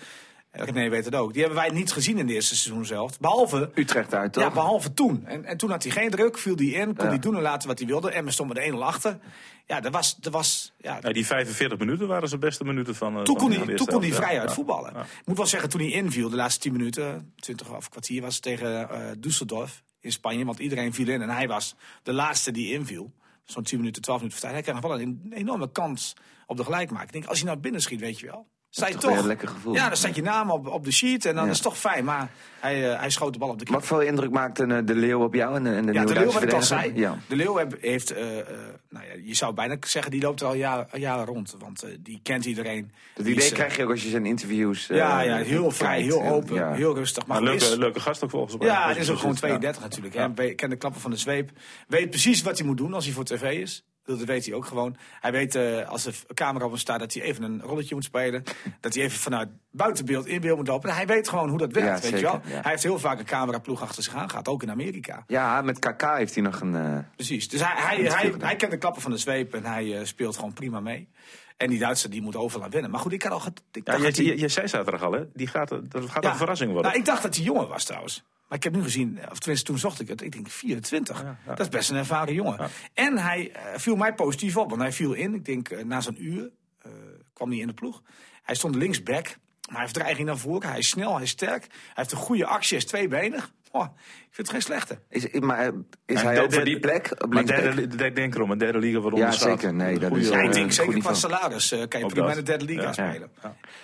eh, René weet het ook. Die hebben wij niet gezien in het eerste seizoen zelf. Behalve
Utrecht uit, toch?
ja, behalve toen. En, en toen had hij geen druk, viel hij in, kon hij doen en laten wat hij wilde. En we stonden er 1-0 achter. Ja, dat was, dat was ja,
Nou, die 45 minuten waren zijn beste minuten van. eh,
toen
van
kon
de
hij,
eerste
toen kon hij
helft, ja.
vrij uit
Ja.
voetballen.
Ja.
Ik moet wel zeggen, toen hij inviel, de laatste 10 minuten, 20 of kwartier, was het tegen eh Düsseldorf in Spanje. Want iedereen viel in en hij was de laatste die inviel. Zo'n 10 minuten, 12 minuten tijd. Hij kreeg nog wel een enorme kans op de gelijkmaak. Ik denk, als hij nou binnen schiet, weet je wel. Sta je
is
toch,
toch weer een lekker gevoel.
Ja, dan staat je naam op, op de sheet en dan
Ja.
is het toch fijn. Maar hij, eh, hij schoot de bal op de keeper.
Wat voor indruk maakte eh, de Leeuw op jou en de, en
Ja,
de nieuwe
de Leeuw,
Duitse
wat ik al zei.
verdediger? Ja.
De Leeuw heb- heeft, eh, eh, nou ja, je zou bijna zeggen, die loopt er al jaren, jaren rond. Want eh, die kent iedereen.
Dat
Die is,
idee
eh,
krijg je ook als je zijn interviews... eh,
Ja, ja, heel
kijkt.
vrij, heel open,
Ja.
heel rustig. Maar
Maar
goed,
leuke,
is-
leuke gast ook volgens mij.
ja,
Als
het
je
is
zo
ook gewoon
ziet.
32 natuurlijk. Hè. Weet- Kent de klappen van de zweep. Weet precies wat hij moet doen als hij voor tv is. Dat weet hij ook gewoon. Hij weet eh, als de camera op hem staat dat hij even een rolletje moet spelen. dat hij even vanuit buitenbeeld in beeld moet lopen. En hij weet gewoon hoe dat werkt,
Ja,
weet je
zeker,
wel.
ja.
Hij heeft heel vaak een cameraploeg achter zich aan gehad, ook in Amerika.
Ja, met KK heeft hij nog een... eh,
Precies. Dus hij, hij, hij, hij kent de klappen van de zweep en hij eh, speelt gewoon prima mee. En die Duitser die moet overal aan winnen. Maar goed, ik had al. ge- Ik
Ja,
dacht
je,
dat
je,
hij-
je zei zaterdag al, hè? Die gaat, dat gaat
ja.
een verrassing worden.
Nou, ik dacht dat hij jonger was trouwens. Maar ik heb nu gezien, eh, of tenminste toen zocht ik het, ik denk 24. Dat is best een ervaren jongen. En hij eh, viel mij positief op, want hij viel in. Ik denk eh, na zo'n uur eh, kwam hij in de ploeg. Hij stond linksback, maar hij heeft dreiging naar voren. Hij is snel, hij is sterk. Hij heeft een goede actie, hij is tweebenig. Goh, ik vind het geen slechte.
Is, maar eh, is
Ja,
hij
de-
ook voor
de-
die plek? Op
Maar
linksback?
derde, li- ik denk erom, een derde liga wordt
Ja,
onderschat.
zeker. Nee, dat
Goeie,
is- Ja,
eh,
ik denk
goed
zeker qua
niveau.
salaris eh, kan je
Ook
prima
dat.
in de derde liga
Ja.
spelen.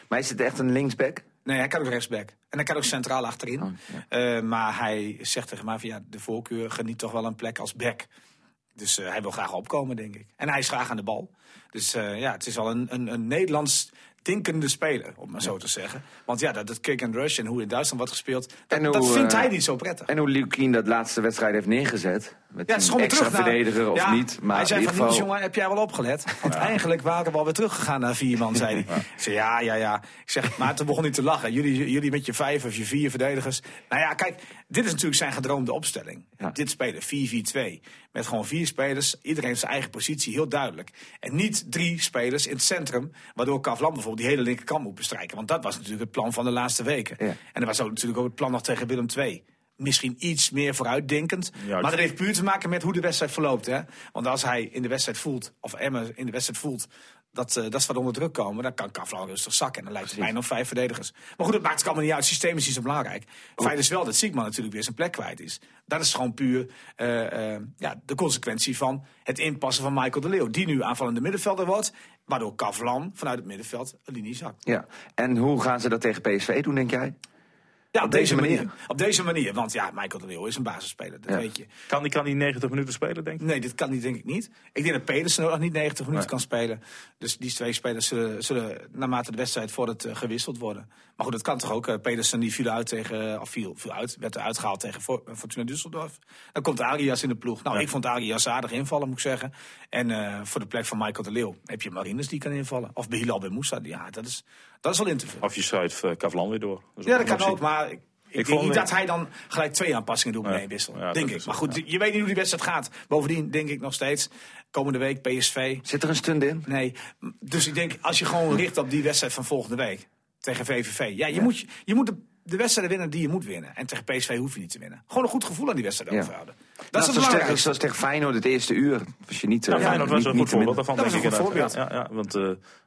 Maar is het echt een linksback?
Nee, hij kan ook rechtsback. En hij kan ook centraal achterin.
Oh,
Eh, maar hij zegt tegen mij van ja, de voorkeur geniet toch wel een plek als back. Dus eh, hij wil graag opkomen, denk ik. En hij is graag aan de bal. Dus eh, ja, het is al een, een, een Nederlands denkende speler, om maar zo te zeggen. Want ja, dat, dat kick and rush en hoe in Duitsland wordt gespeeld, dat,
En hoe,
dat vindt
eh,
hij niet zo prettig.
En hoe Lukien dat laatste wedstrijd heeft neergezet. Met
Ja, het is
een
gewoon
extra
weer terug naar-
verdediger of
Ja,
niet. Maar
hij zei
in
van,
ieder
"Niels,
geval,
jongen, heb jij wel opgelet? Want eigenlijk waren we alweer teruggegaan naar vier man, zei hij. Ik zei, ja, ja, ja. Ik zeg, maar toen begon hij te lachen. Jullie, jullie met je vijf of je vier verdedigers. Nou ja, kijk, dit is natuurlijk zijn gedroomde opstelling.
Ja.
Dit spelen, 4-4-2. Met gewoon vier spelers, iedereen zijn eigen positie, heel duidelijk. En niet drie spelers in het centrum, waardoor Kavlan bijvoorbeeld die hele linkerkant moet bestrijken. Want dat was natuurlijk het plan van de laatste weken.
Ja.
En dat was ook natuurlijk ook het plan nog tegen Willem II. Misschien iets meer vooruitdenkend.
Juist.
Maar dat heeft puur te maken met hoe de wedstrijd verloopt. Hè? Want als hij in de wedstrijd voelt, of Emmen in de wedstrijd voelt, dat, eh, dat ze wat onder druk komen, dan kan Kavlan rustig zakken. En dan lijkt het mij nog vijf verdedigers. Maar goed, dat maakt het allemaal niet uit. Het systeem is niet zo belangrijk. Feit is wel dat Siegman natuurlijk weer zijn plek kwijt is. Dat is gewoon puur eh, eh, ja, de consequentie van het inpassen van Michael de Leeuw. Die nu aanvallende middenvelder wordt, waardoor Kavlan vanuit het middenveld een linie zakt.
ja. En hoe gaan ze dat tegen PSV doen, denk jij?
Ja, op,
deze
deze manier.
manier.
Op deze manier, want ja, Michael de Leeuw is een basisspeler, dat
Ja.
weet je.
Kan die, kan die 90 minuten spelen, denk ik?
Nee, dit kan niet, denk ik niet. Ik denk dat Pedersen ook nog niet 90 minuten kan spelen. Dus die twee spelers zullen, zullen naarmate de wedstrijd voordat eh, gewisseld worden. Maar goed, dat kan toch ook. eh, Pedersen die viel uit tegen, eh, of viel, viel uit, werd eruit gehaald tegen Fo- eh, Fortuna Düsseldorf. Dan komt Arias in de ploeg. Nou, ik vond Arias aardig invallen, moet ik zeggen. En eh, voor de plek van Michael de Leeuw heb je Marines die kan invallen. Of Bilal bij Moussa. Ja, dat is, dat is wel in te vullen.
Of je schuift eh, Kavlan weer door. is
Ja,
een
dat kan
optie.
ook, maar ik, ik
vond
denk niet
het-
dat hij dan gelijk twee aanpassingen doet bij
Nee,
een wissel.
ja,
denk
dat
ik.
is
Maar
het,
goed, je weet niet hoe die wedstrijd gaat. Bovendien denk ik nog steeds, komende week PSV.
Zit er een stunt in?
Nee, m- dus ik denk als je gewoon richt op die wedstrijd van volgende week tegen VVV. Ja, je moet, je moet de, de wedstrijden winnen die je moet winnen. En tegen PSV hoef je niet te winnen. Gewoon een goed gevoel aan die wedstrijd
Ja.
overhouden. Dat is
Dat
het
zoals, tegen,
belangrijkste.
zoals tegen Feyenoord het eerste uur. Was je niet, eh,
Ja, Feyenoord was
niet-
een
niet
goed
te
voorbeeld
Dat
daarvan.
minder.
denk
was een
ik
goed
inderdaad. Ja, ja, ja, want eh,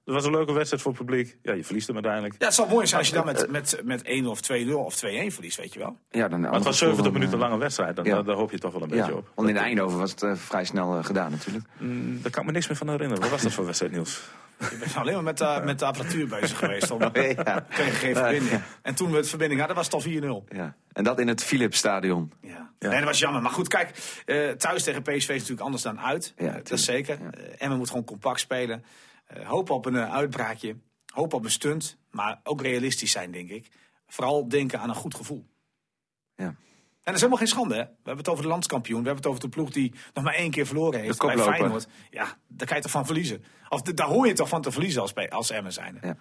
het was een leuke wedstrijd voor het publiek. Ja, je verliest hem uiteindelijk.
Ja, het zal mooi zijn als je dan met, met, met 1 of 2-0 of 2-1 verliest, weet je wel.
Ja, dan een
Maar het
ander
was
gevoel
70
dan,
minuten
eh,
lange wedstrijd. Dan,
ja.
Daar daar hoop je toch wel een beetje
Ja,
op.
want in Eindhoven was het eh, vrij snel eh, gedaan natuurlijk.
Mm, Daar kan ik me niks meer van herinneren. Wat was dat voor wedstrijd, Niels?
Ik ben alleen maar met, eh, met de apparatuur bezig geweest. Om,
Ja.
Kreeg geen verbinding. En toen we het verbinding hadden, was het al 4-0.
Ja. En dat in het Philipsstadion.
Ja. Nee, dat was jammer. Maar goed, kijk, eh, thuis tegen PSV is natuurlijk anders dan uit.
Ja,
dat is zeker. Eh, Emmen moet gewoon compact spelen. Eh, hoop op een eh, uitbraakje. Hoop op een stunt. Maar ook realistisch zijn, denk ik. Vooral denken aan een goed gevoel.
Ja.
En dat is helemaal geen schande, hè? We hebben het over de landskampioen. We hebben het over de ploeg die nog maar één keer verloren heeft. Bij
koploper.
Feyenoord. Ja, daar kan je toch van verliezen. Of d- daar hoor je toch van te verliezen als, bij- als Emmen zijn.
Ja.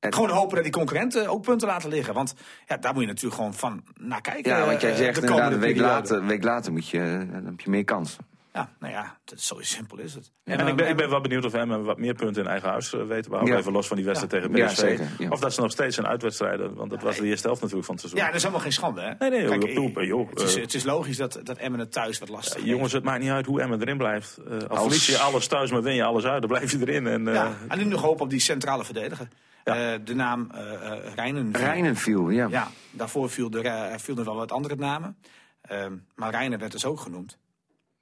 En-
Gewoon hopen dat die concurrenten ook punten laten liggen. Want ja, daar moet je natuurlijk gewoon van naar kijken.
Ja,
eh,
want jij
eh,
zegt
de
inderdaad,
komende
een week
periode.
later, een week later moet je, eh, dan heb je meer kans.
Ja, nou ja, dat, zo simpel is het.
En
Ehm,
ik, ben, ik ben wel benieuwd of Emmen wat meer punten in eigen huis eh, weten. Maar ook
Ja.
even los van die wedstrijd
Ja.
tegen
Ja,
PSV.
zeker, ja.
Of dat ze nog steeds een uitwedstrijden. Want dat was de eerste helft natuurlijk van het seizoen.
Ja, dat is helemaal geen schande, hè?
Nee, nee, joh, joh,
eh,
joh, joh,
het, is,
eh.
het is logisch dat, dat Emmen het thuis wat lastig heeft.
Jongens, het maakt niet uit hoe Emmen erin blijft. Eh al verlies je alles thuis, maar win je alles uit, dan blijf je erin. En, eh,
Ja, en nu nog hoop op die centrale verdediger. Eh, de naam eh eh, Reinen.
Rijnen viel, ja.
Ja, daarvoor viel er, eh, viel er wel wat andere namen. Ehm, maar Reinen werd dus ook genoemd.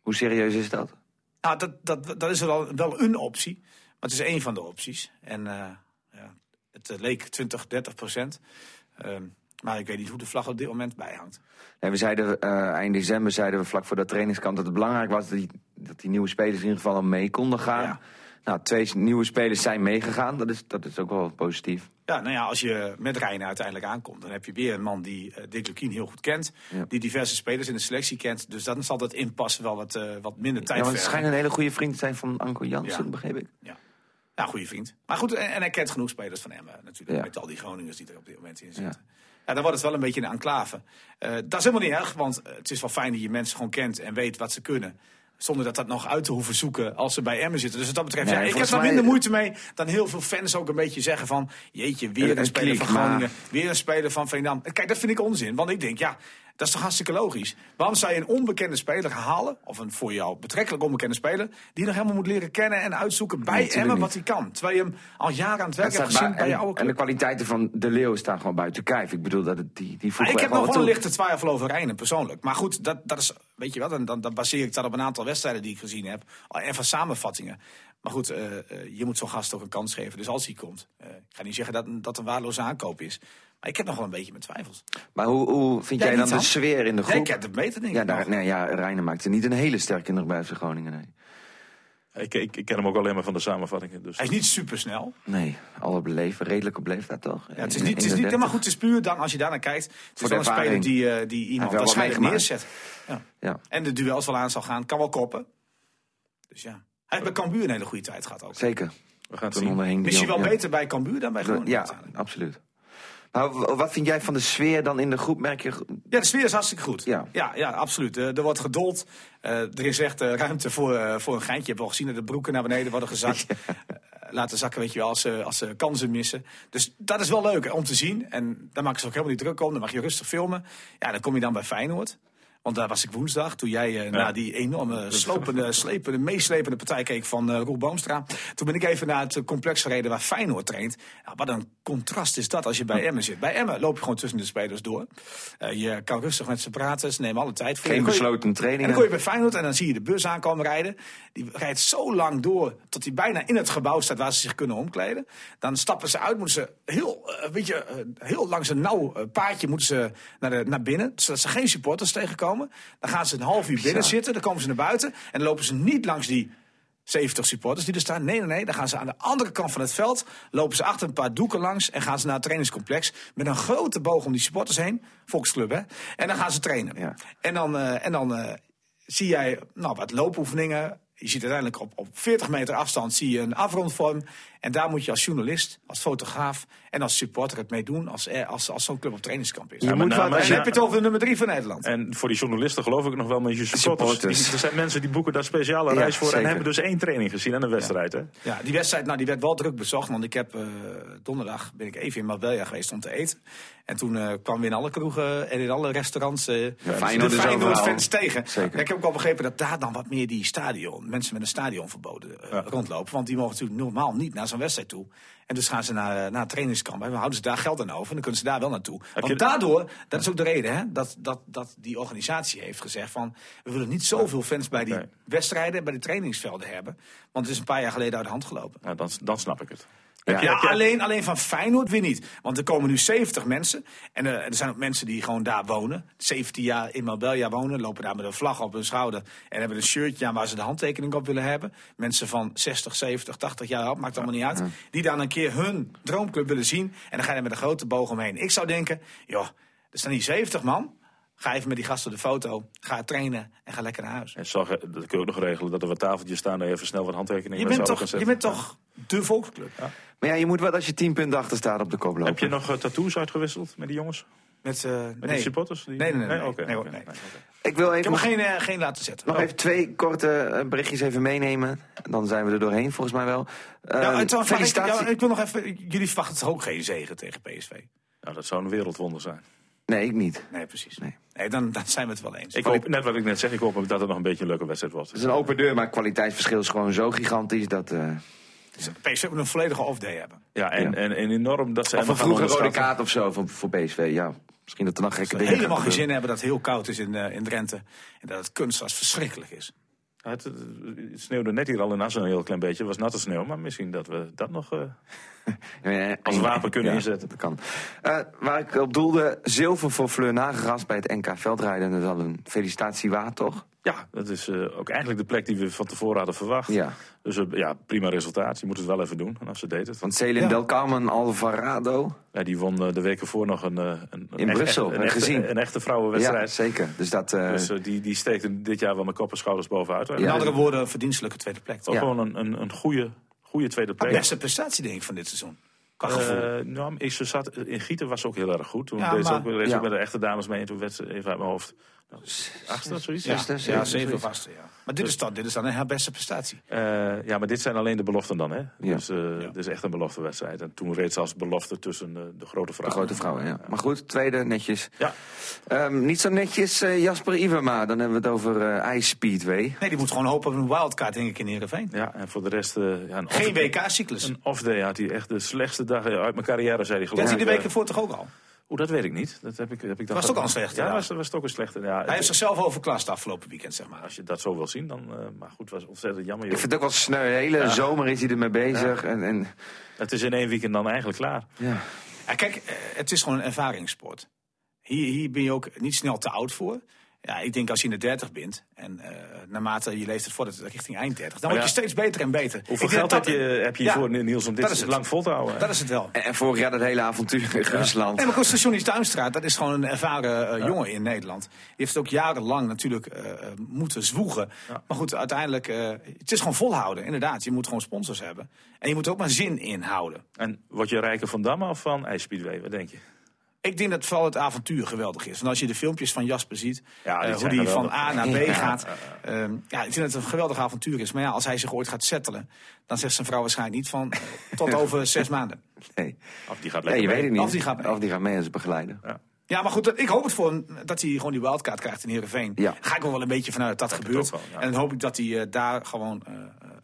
Hoe serieus is dat?
Nou, dat, dat, dat is wel, wel een optie. Maar het is één van de opties. En eh, ja, het eh, leek 20, 30 procent. Ehm, maar ik weet niet hoe de vlag op dit moment bijhangt.
Nee, we zeiden, eh, eind december zeiden we vlak voor dat trainingskamp dat het belangrijk was dat die, dat die nieuwe spelers in ieder geval al mee konden gaan.
Ja.
Nou, twee s- nieuwe spelers zijn meegegaan. Dat is, dat is ook wel positief.
Ja, nou ja, als je met Reijnen uiteindelijk aankomt, dan heb je weer een man die eh, Dick Lukien heel goed kent.
Ja.
Die diverse spelers in de selectie kent. Dus dan zal dat inpassen wel wat, eh, wat minder tijd
Ja, want het
vergen.
schijnt een hele goede vriend te zijn van Anko Jansen,
Ja.
begreep ik.
Ja. Nou, goede vriend. Maar goed, en, en hij kent genoeg spelers van Emmen natuurlijk.
Ja.
Met al die Groningers die er op dit moment in zitten. Ja. dan wordt het wel een beetje een enclave. Eh, dat is helemaal niet erg, want eh, het is wel fijn dat je mensen gewoon kent en weet wat ze kunnen. Zonder dat dat nog uit te hoeven zoeken als ze bij Emmen zitten. Dus wat dat betreft,
Nee,
ja, ik heb
volgens
daar
mij-
minder moeite mee dan heel veel fans ook een beetje zeggen van... Jeetje, weer
Een-
een,
een
speler
kliek,
van Groningen,
maar-
weer een speler van Veendam. Kijk, dat vind ik onzin, want ik denk, ja, Dat is toch hartstikke logisch? Waarom zou je een onbekende speler gaan halen, of een voor jou betrekkelijk onbekende speler, die je nog helemaal moet leren kennen en uitzoeken bij
natuurlijk
Emmen
niet.
wat hij kan? Terwijl je hem al jaren aan het werk
Het
hebt
staat
gezien
bui-
bij je
en,
oude
en de
club.
kwaliteiten van De Leeuw staan gewoon buiten kijf. Ik bedoel, dat het, die, die
Maar
voegen
ik heb
wel
nog wel
wat
een
toe.
lichte twijfel over Rijnen persoonlijk. Maar goed, dat, dat is, weet je wat, dan, dan, dan baseer ik dat op een aantal wedstrijden die ik gezien heb. En van samenvattingen. Maar goed, eh, eh, je moet zo'n gast ook een kans geven. Dus als hij komt, eh, ik ga niet zeggen dat dat een waardeloze aankoop is. Maar ik heb nog wel een beetje mijn twijfels.
Maar hoe, hoe vind
Jij
jij dan
niet
de
dan?
sfeer in de
Ja,
groep?
ik heb het beter, denk ik.
ja, daar,
nog.
nee, ja, Reiner maakte niet een hele sterke indruk bij FC Groningen. Nee,
Ik, ik, ik ken hem ook alleen maar van de samenvattingen. Dus.
Hij is niet supersnel.
nee alle beleven, redelijk op leeftijd toch?
Ja, het is niet, het is niet helemaal goed. Het is puur dan, als je daar naar kijkt. Het is
Voor
wel een
de ervaring.
speler die, eh, die iemand
wel wat
waarschijnlijk
meegemaakt.
neerzet. Ja.
Ja.
En de duels wel aan zal gaan. Kan wel koppen. Dus ja. Hij heeft bij Cambuur een hele goede tijd gehad ook.
Zeker.
We gaan het
Toen
zien.
onderhing die
Misschien wel
jongen, ja.
beter bij Cambuur dan bij Groningen.
Ja,
uiteindelijk.
absoluut. Maar w- wat vind jij van de sfeer dan in de groep? Merk je... go-
Ja, de sfeer is hartstikke goed.
Ja.
ja, absoluut. Eh, er wordt gedold. Eh, er is echt eh, ruimte voor, eh, voor een geintje. Je hebt wel gezien dat de broeken naar beneden worden gezakt. Eh, laten zakken, weet je wel, als ze, als ze kansen missen. Dus dat is wel leuk hè, om te zien. En daar maken ze ook helemaal niet druk om. Dan mag je rustig filmen. Ja, dan kom je dan bij Feyenoord. Want daar was ik woensdag, toen jij eh, na die enorme slopende, slepende, meeslepende partij keek van eh Roel Boomstra. Toen ben ik even naar het eh, complex gereden waar Feyenoord traint. Nou, wat een contrast is dat als je bij Emmen zit. Bij Emmen loop je gewoon tussen de spelers door. Eh, je kan rustig met ze praten, ze nemen alle tijd voor je. Dan
Geen
kon je-
besloten
en dan kom je
trainingen.
bij Feyenoord en dan zie je de bus aankomen rijden. Die rijdt zo lang door tot hij bijna in het gebouw staat waar ze zich kunnen omkleden. Dan stappen ze uit, moeten ze heel, eh, weet je, eh, heel langs een nauw eh, paadje moeten ze naar, de, naar binnen. Zodat ze geen supporters tegenkomen. Dan gaan ze een half uur binnen zitten, dan komen ze naar buiten. En dan lopen ze niet langs die 70 supporters die er staan. Nee, nee, nee. Dan gaan ze aan de andere kant van het veld. Lopen ze achter een paar doeken langs. En gaan ze naar het trainingscomplex. Met een grote boog om die supporters heen. Volksclub, hè. En dan gaan ze trainen.
Ja.
En dan, eh, en dan eh, zie jij nou, wat loopoefeningen. Je ziet uiteindelijk op, op 40 meter afstand zie je een afrondvorm. En daar moet je als journalist, als fotograaf en als supporter het mee doen. Als, er- als, als zo'n club op trainingskamp is.
Je
maar
moet
nou,
wat...
maar Eh,
en
als
dan
je-
heb je het over de nummer 3 van Nederland.
En voor die journalisten geloof ik nog wel, maar je supporters,
Supporters.
die- er zijn mensen die boeken daar speciale
Ja,
reis voor en
zeker.
hebben dus één training gezien en een wedstrijd. Hè?
Ja, die wedstrijd nou, die werd wel druk bezocht. Want ik heb eh, donderdag ben ik even in Marbella geweest om te eten. En toen eh kwamen we in alle kroegen en in alle restaurants eh
Feyenoord
de
is
Feyenoord-fans
overal.
tegen.
Zeker.
Ja, ik heb ook wel begrepen dat daar dan wat meer die stadion, mensen met een stadionverboden eh, rondlopen. Want die mogen natuurlijk normaal niet naar zo'n wedstrijd toe. En dus gaan ze naar, eh, naar het trainingskamp en houden ze daar geld aan over. En dan kunnen ze daar wel naartoe. Want
je-
daardoor, dat is ook de reden, hè, dat, dat, dat die organisatie heeft gezegd van... we willen niet zoveel fans bij die
Nee.
wedstrijden, bij de trainingsvelden hebben. Want het is een paar jaar geleden uit de hand gelopen.
Nou, dan, dan snap ik het.
Ja.
Ja, alleen, alleen van Feyenoord weer niet. Want er komen nu 70 mensen. En eh, er zijn ook mensen die gewoon daar wonen. 17 jaar in Marbella wonen. Lopen daar met een vlag op hun schouder. En hebben een shirtje aan waar ze de handtekening op willen hebben. Mensen van 60, 70, 80 jaar oud. Maakt allemaal niet uit. Die dan een keer hun droomclub willen zien. En dan ga je er met een grote boog omheen. Ik zou denken, joh, er staan hier 70 man. Ga even met die gasten de foto. Ga trainen en ga lekker naar huis.
En zorg, dat kun je ook nog regelen dat er wat tafeltjes staan en even snel wat handtekeningen
Je
met
bent
z'n
toch,
allen
je
gaan
bent toch de volksclub?
Maar ja, je moet wel als je tien punten achter staat op de kop lopen.
zetten. Heb je nog eh, tattoos uitgewisseld met die jongens?
Met, eh,
Met
nee.
die supporters? Die...
Nee, nee, nee, nee.
oké,
Nee,
oké,
nee.
oké.
Ik
Ik
wil even
heb
nog,
hem geen, eh, geen laten zetten.
nog even twee korte eh, berichtjes even meenemen. Dan zijn we er doorheen, volgens mij wel. Eh,
Ja, en trouwens, mag ik-
felicitatie-
ja, ik wil nog even. Jullie verwachten toch ook geen zegen tegen PSV?
Nou, dat zou een wereldwonder zijn.
Nee, ik niet.
Nee, precies. Nee,
Nee.
dan, dan zijn we het wel eens.
Ik hoop, net wat ik net zeg, ik hoop dat het nog een beetje een leuke wedstrijd wordt.
Het is een open deur, maar het kwaliteitsverschil is gewoon zo gigantisch dat... eh
PSV moet een volledige off-day hebben.
Ja, en,
Ja.
En, en enorm dat ze
of een
Emmen gaan
vroege rode
onderschatten.
kaart of zo voor, voor PSV, ja. Misschien dat er dan gekke dingen
Helemaal
gaan
geen
gebeuren.
zin hebben dat het heel koud is in, eh, in Drenthe. En dat het kunstgras verschrikkelijk is.
Het, het- het sneeuwde net hier al in Assen een heel klein beetje. Het was natte sneeuw, maar misschien dat we dat nog... eh,
Eh,
Als
eh,
wapen kunnen
ja,
inzetten.
Dat kan. Eh, waar ik op doelde, zilver voor Fleur Nageras bij het NK Veldrijden. Dat is al een felicitatie waard, toch?
Ja, dat is eh, ook eigenlijk de plek die we van tevoren hadden verwacht.
Ja.
Dus eh, ja, prima resultaat. Je moet het wel even doen. En als ze deed het.
Want Celine
Ja.
Del Carmen Alvarado.
Ja, die won eh, de weken voor nog een... eh, een- een echt-
Brussel,
een,
heb ik
echte,
gezien.
een echte
Ja,
vrouwenwedstrijd.
zeker. Dus dat... eh,
dus eh, die, die steekt hem dit jaar wel met kop en schouders bovenuit. En
In
Ja.
dat
andere woorden, een verdienstelijke tweede plek.
is ook
Toch?
gewoon een, een, een goede, goede tweede
De
plek.
beste prestatie, denk ik, van dit seizoen. Qua gevoel.
Eh, nou, ik- ze zat, in Gieten was ze ook heel erg goed. Toen
Ja,
deed ze
maar-
ook, deed ze ook
ja.
bij de echte dames mee. En toen werd ze even uit mijn hoofd achtste of zoiets.
Ja,
Zesde,
ja,
zevende,
zeven
zoiets.
of achtste, ja. Maar
Dus-
dit is dan, dit is dan haar beste prestatie.
Eh, ja, maar dit zijn alleen de beloften dan, hè?
Ja.
Dus eh dit is echt een beloftewedstrijd. En toen reed ze als belofte tussen eh, de grote
De
vrouwen.
grote vrouwen, ja. Maar goed, tweede netjes.
Ja,
Ehm, niet zo netjes eh, Jasper Iwema. Dan hebben we het over eh Ice Speedway.
Nee, die moet gewoon hopen op een wildcard, denk ik, in Heerenveen.
ja, en voor de rest... eh, ja, een
Geen
off-
WK-cyclus.
Een off-day had hij echt de slechtste dag eh, uit mijn carrière, zei hij
Dat
geloof
hij
ik.
de
Eh,
weken voor toch ook al.
Oeh, dat weet ik niet. Dat heb ik, heb ik dan
Was
ge-
toch al een slechte
Ja,
dag?
was, was toch een slechte. Ja, het-
Hij heeft zichzelf overklast afgelopen weekend, zeg maar.
Als je dat zo wil zien, dan... eh, maar goed, was ontzettend jammer.
Ik
Joh.
vind het ook wel sneu. De hele zomer is hij ermee bezig. En, en,
Het is in één weekend dan eigenlijk klaar.
ja.
Ja, kijk, eh, het is gewoon een ervaringssport. Hier, hier ben je ook niet snel te oud voor. Ja, ik denk als je in de 30 bent en eh, naarmate je leeft het vordert richting eind 30, dan
Maar
word je
ja,
steeds beter en beter.
Hoeveel
Ik denk
geld heb
dat
je,
dat-
heb je
Ja,
hiervoor, Niels, om
dat is
dit
het.
lang vol te houden?
Dat is het wel.
En- en vorig jaar dat hele avontuur in Rusland.
Nee, maar goed, station Tuinstraat, dat is gewoon een ervaren eh, jongen in Nederland. Die heeft het ook jarenlang natuurlijk eh, eh, moeten zwoegen. Maar goed, uiteindelijk, eh, het is gewoon volhouden, inderdaad. Je moet gewoon sponsors hebben. En je moet er ook maar zin in houden.
En word je rijker van Damme of van IJsspeedway? Wat denk je?
Ik denk dat vooral het avontuur geweldig is. Want als je de filmpjes van Jasper ziet,
Ja, die
eh, hoe
zijn
die van
geweldig.
A naar B
Ja.
gaat. ehm, ja, ik vind dat het een geweldig avontuur is. Maar ja, als hij zich ooit gaat settelen, dan zegt zijn vrouw waarschijnlijk niet van eh, tot over zes maanden.
Nee.
Of die gaat
Ja,
lekker
je
mee.
weet het niet.
Of die gaat mee.
Of die gaat mee als begeleider.
Ja, maar goed, dat- ik hoop het voor hem eh, dat hij gewoon die wildcard krijgt in Heerenveen.
Ja.
Ga ik wel wel een beetje vanuit dat dat gebeurt.
ook wel, ja.
En dan hoop ik dat hij eh, daar gewoon eh,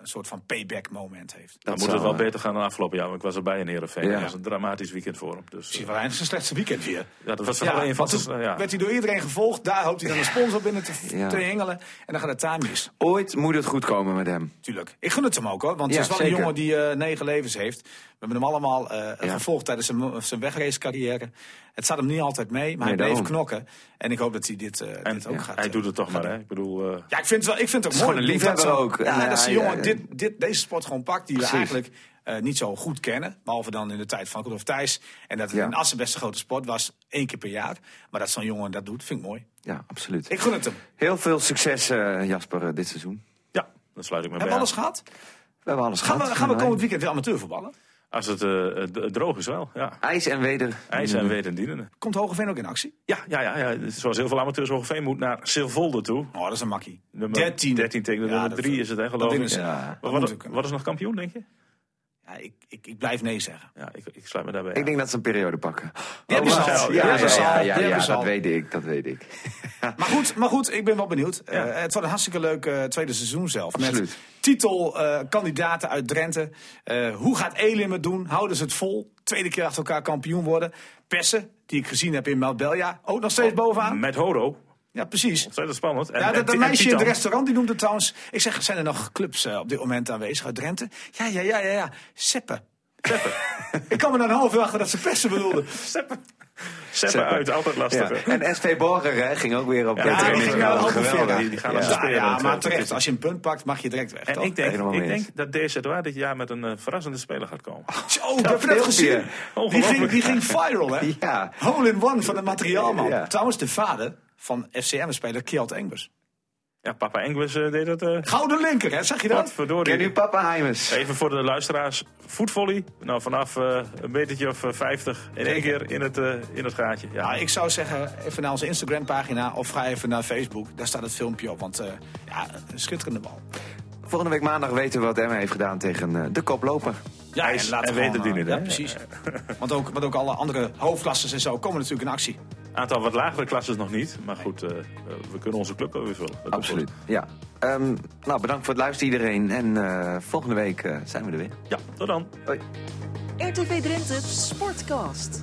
een soort van payback moment heeft.
Dat
Dan moet
zou,
het wel
eh,
beter gaan dan afgelopen jaar. Want ik was erbij in Heerenveen.
Ja.
Dat was een dramatisch weekend voor hem. Dus,
Misschien
eh,
wel eigenlijk zijn slechtste weekend weer.
ja, dat was wel een van
want
de...
toen
Ja.
werd hij door iedereen gevolgd. Daar hoopt hij dan een sponsor binnen te,
Ja.
te hengelen. En dan gaat het daar mis.
Ooit moet het goed komen met hem.
Tuurlijk. Ik gun het hem ook hoor. Want
Ja,
het is wel
zeker.
een jongen die eh, negen levens heeft. We hebben hem allemaal eh,
Ja.
gevolgd tijdens zijn, zijn wegracecarrière. Het staat hem niet altijd mee, maar hij
Nee,
bleef
daarom.
knokken. En ik hoop dat hij dit, eh,
En
dit ook
ja,
gaat
hij
eh,
doet het toch maar, hè? Ik bedoel... eh,
Ja, ik vind het, wel, ik vind het ook
Het is
mooi.
gewoon een
Ik bedoel, dat zo-
liefhebber ook.
Ja,
En
dat is die
hij,
jongen
eh,
dit, dit, deze sport gewoon pakt die
Precies.
we eigenlijk eh, niet zo goed kennen. Behalve dan in de tijd van Rudolf Thijs. En dat het
Ja.
in Assen best een grote sport was. één keer per jaar. Maar dat zo'n jongen dat doet, vind ik mooi.
Ja, absoluut.
Ik gun het hem. Hebben
Heel veel succes, eh, Jasper, eh, dit seizoen.
ja, dan sluit ik me bij
we
aan.
alles gehad?
We hebben alles
Gaan we,
gehad.
gaan we komend weekend weer amateur voetballen?
Als het eh, eh, d- droog is wel, ja.
IJs en weder.
IJs
Mhm.
en weet en dienen.
Komt Hogeveen ook in actie?
Ja, ja, ja, ja. Zoals heel veel amateurs, Hoogeveen moet naar Silvolde toe.
Oh, dat is een makkie.
Nummer
13.
13 tegen de
Ja,
nummer
dat-
3 is het, hè,
dat
geloof
ding
ik.
is-
Ja.
Ja.
Maar
moet
Wat,
ik-
wat is nog kampioen, denk je?
Ja, ik, ik, ik blijf nee zeggen.
Ja, ik, ik sluit me daarbij
Ik
aan.
denk dat ze een periode pakken.
hebben
Oh,
ze
wacht.
al.
Ja,
Die
ja,
hebben ze
ja,
al.
ja,
Die
ja,
hebben ze
dat
al.
weet ik, dat weet ik.
Maar goed, maar goed, ik ben wel benieuwd. Eh,
Ja.
het wordt een hartstikke leuk eh, tweede seizoen zelf.
Absoluut.
Met titelkandidaten uit Drenthe. Eh, hoe gaat Elim het doen? Houden ze het vol? Tweede keer achter elkaar kampioen worden. Persen, die ik gezien heb in Melbelja, ook nog
Oh,
steeds bovenaan.
Met Horo.
Ja, precies.
Ontzettend spannend. En,
Ja,
en-
dat, dat
en
meisje in
Titan.
het restaurant die noemde trouwens. Ik zeg, zijn er nog clubs eh, op dit moment aanwezig uit Drenthe? Ja, ja, ja, ja, ja. Seppen. ik kan me dan half achter dat ze persen bedoelden.
Seppen. Seppen
Seppen.
uit, altijd
Ja.
lastig. hè?
En SV Borger hè, ging ook weer op
Ja,
de
die
training.
ging
Ja,
wel
altijd
geweldig.
verder.
Die gaan
Ja.
op de
Ja,
spelen,
ja,
het,
maar
het is-
terecht. Als je een punt pakt, mag je direct weg.
En
toch?
ik denk,
Helemaal
ik
mee eens. Oh.
denk dat DZA dit jaar met een eh, verrassende speler gaat komen.
Zo, dat heb je dat
filmpje.
gezien? Die
Ongelooflijk.
ging, die ging viral, hè?
Ja.
Hole in one van de materiaalman.
Ja.
Trouwens, de vader van FCM-speler Kjeld Engbers.
Ja, papa Engels eh, deed dat. eh
Gouden linker, hè? Zag je dat?
wat verdorie.
Ken nu papa Heimers?
Even voor de luisteraars, voetvolley. Nou, vanaf eh, een metertje of eh, 50 in één keer in het, eh, in het gaatje. Ja.
Nou, ik zou zeggen, even naar onze Instagram-pagina of ga even naar Facebook. Daar staat het filmpje op, want eh, ja, een schitterende bal.
Volgende week maandag weten we wat Emma heeft gedaan tegen eh, de koploper.
Ja,
Hij is- hij weet het
eh,
niet, hè?
Ja, precies. Want ook, want ook alle andere hoofdklassen en zo komen natuurlijk in actie.
Aantal wat lagere klasses nog niet. Maar goed, eh, eh, we kunnen onze club wel weer vullen. Dat komt
Absoluut. Ja. Ehm, nou, bedankt voor het luisteren iedereen. En eh, volgende week eh, zijn we er weer.
goed. Ja, tot dan.
Hoi.
RTV Drenthe Sportcast.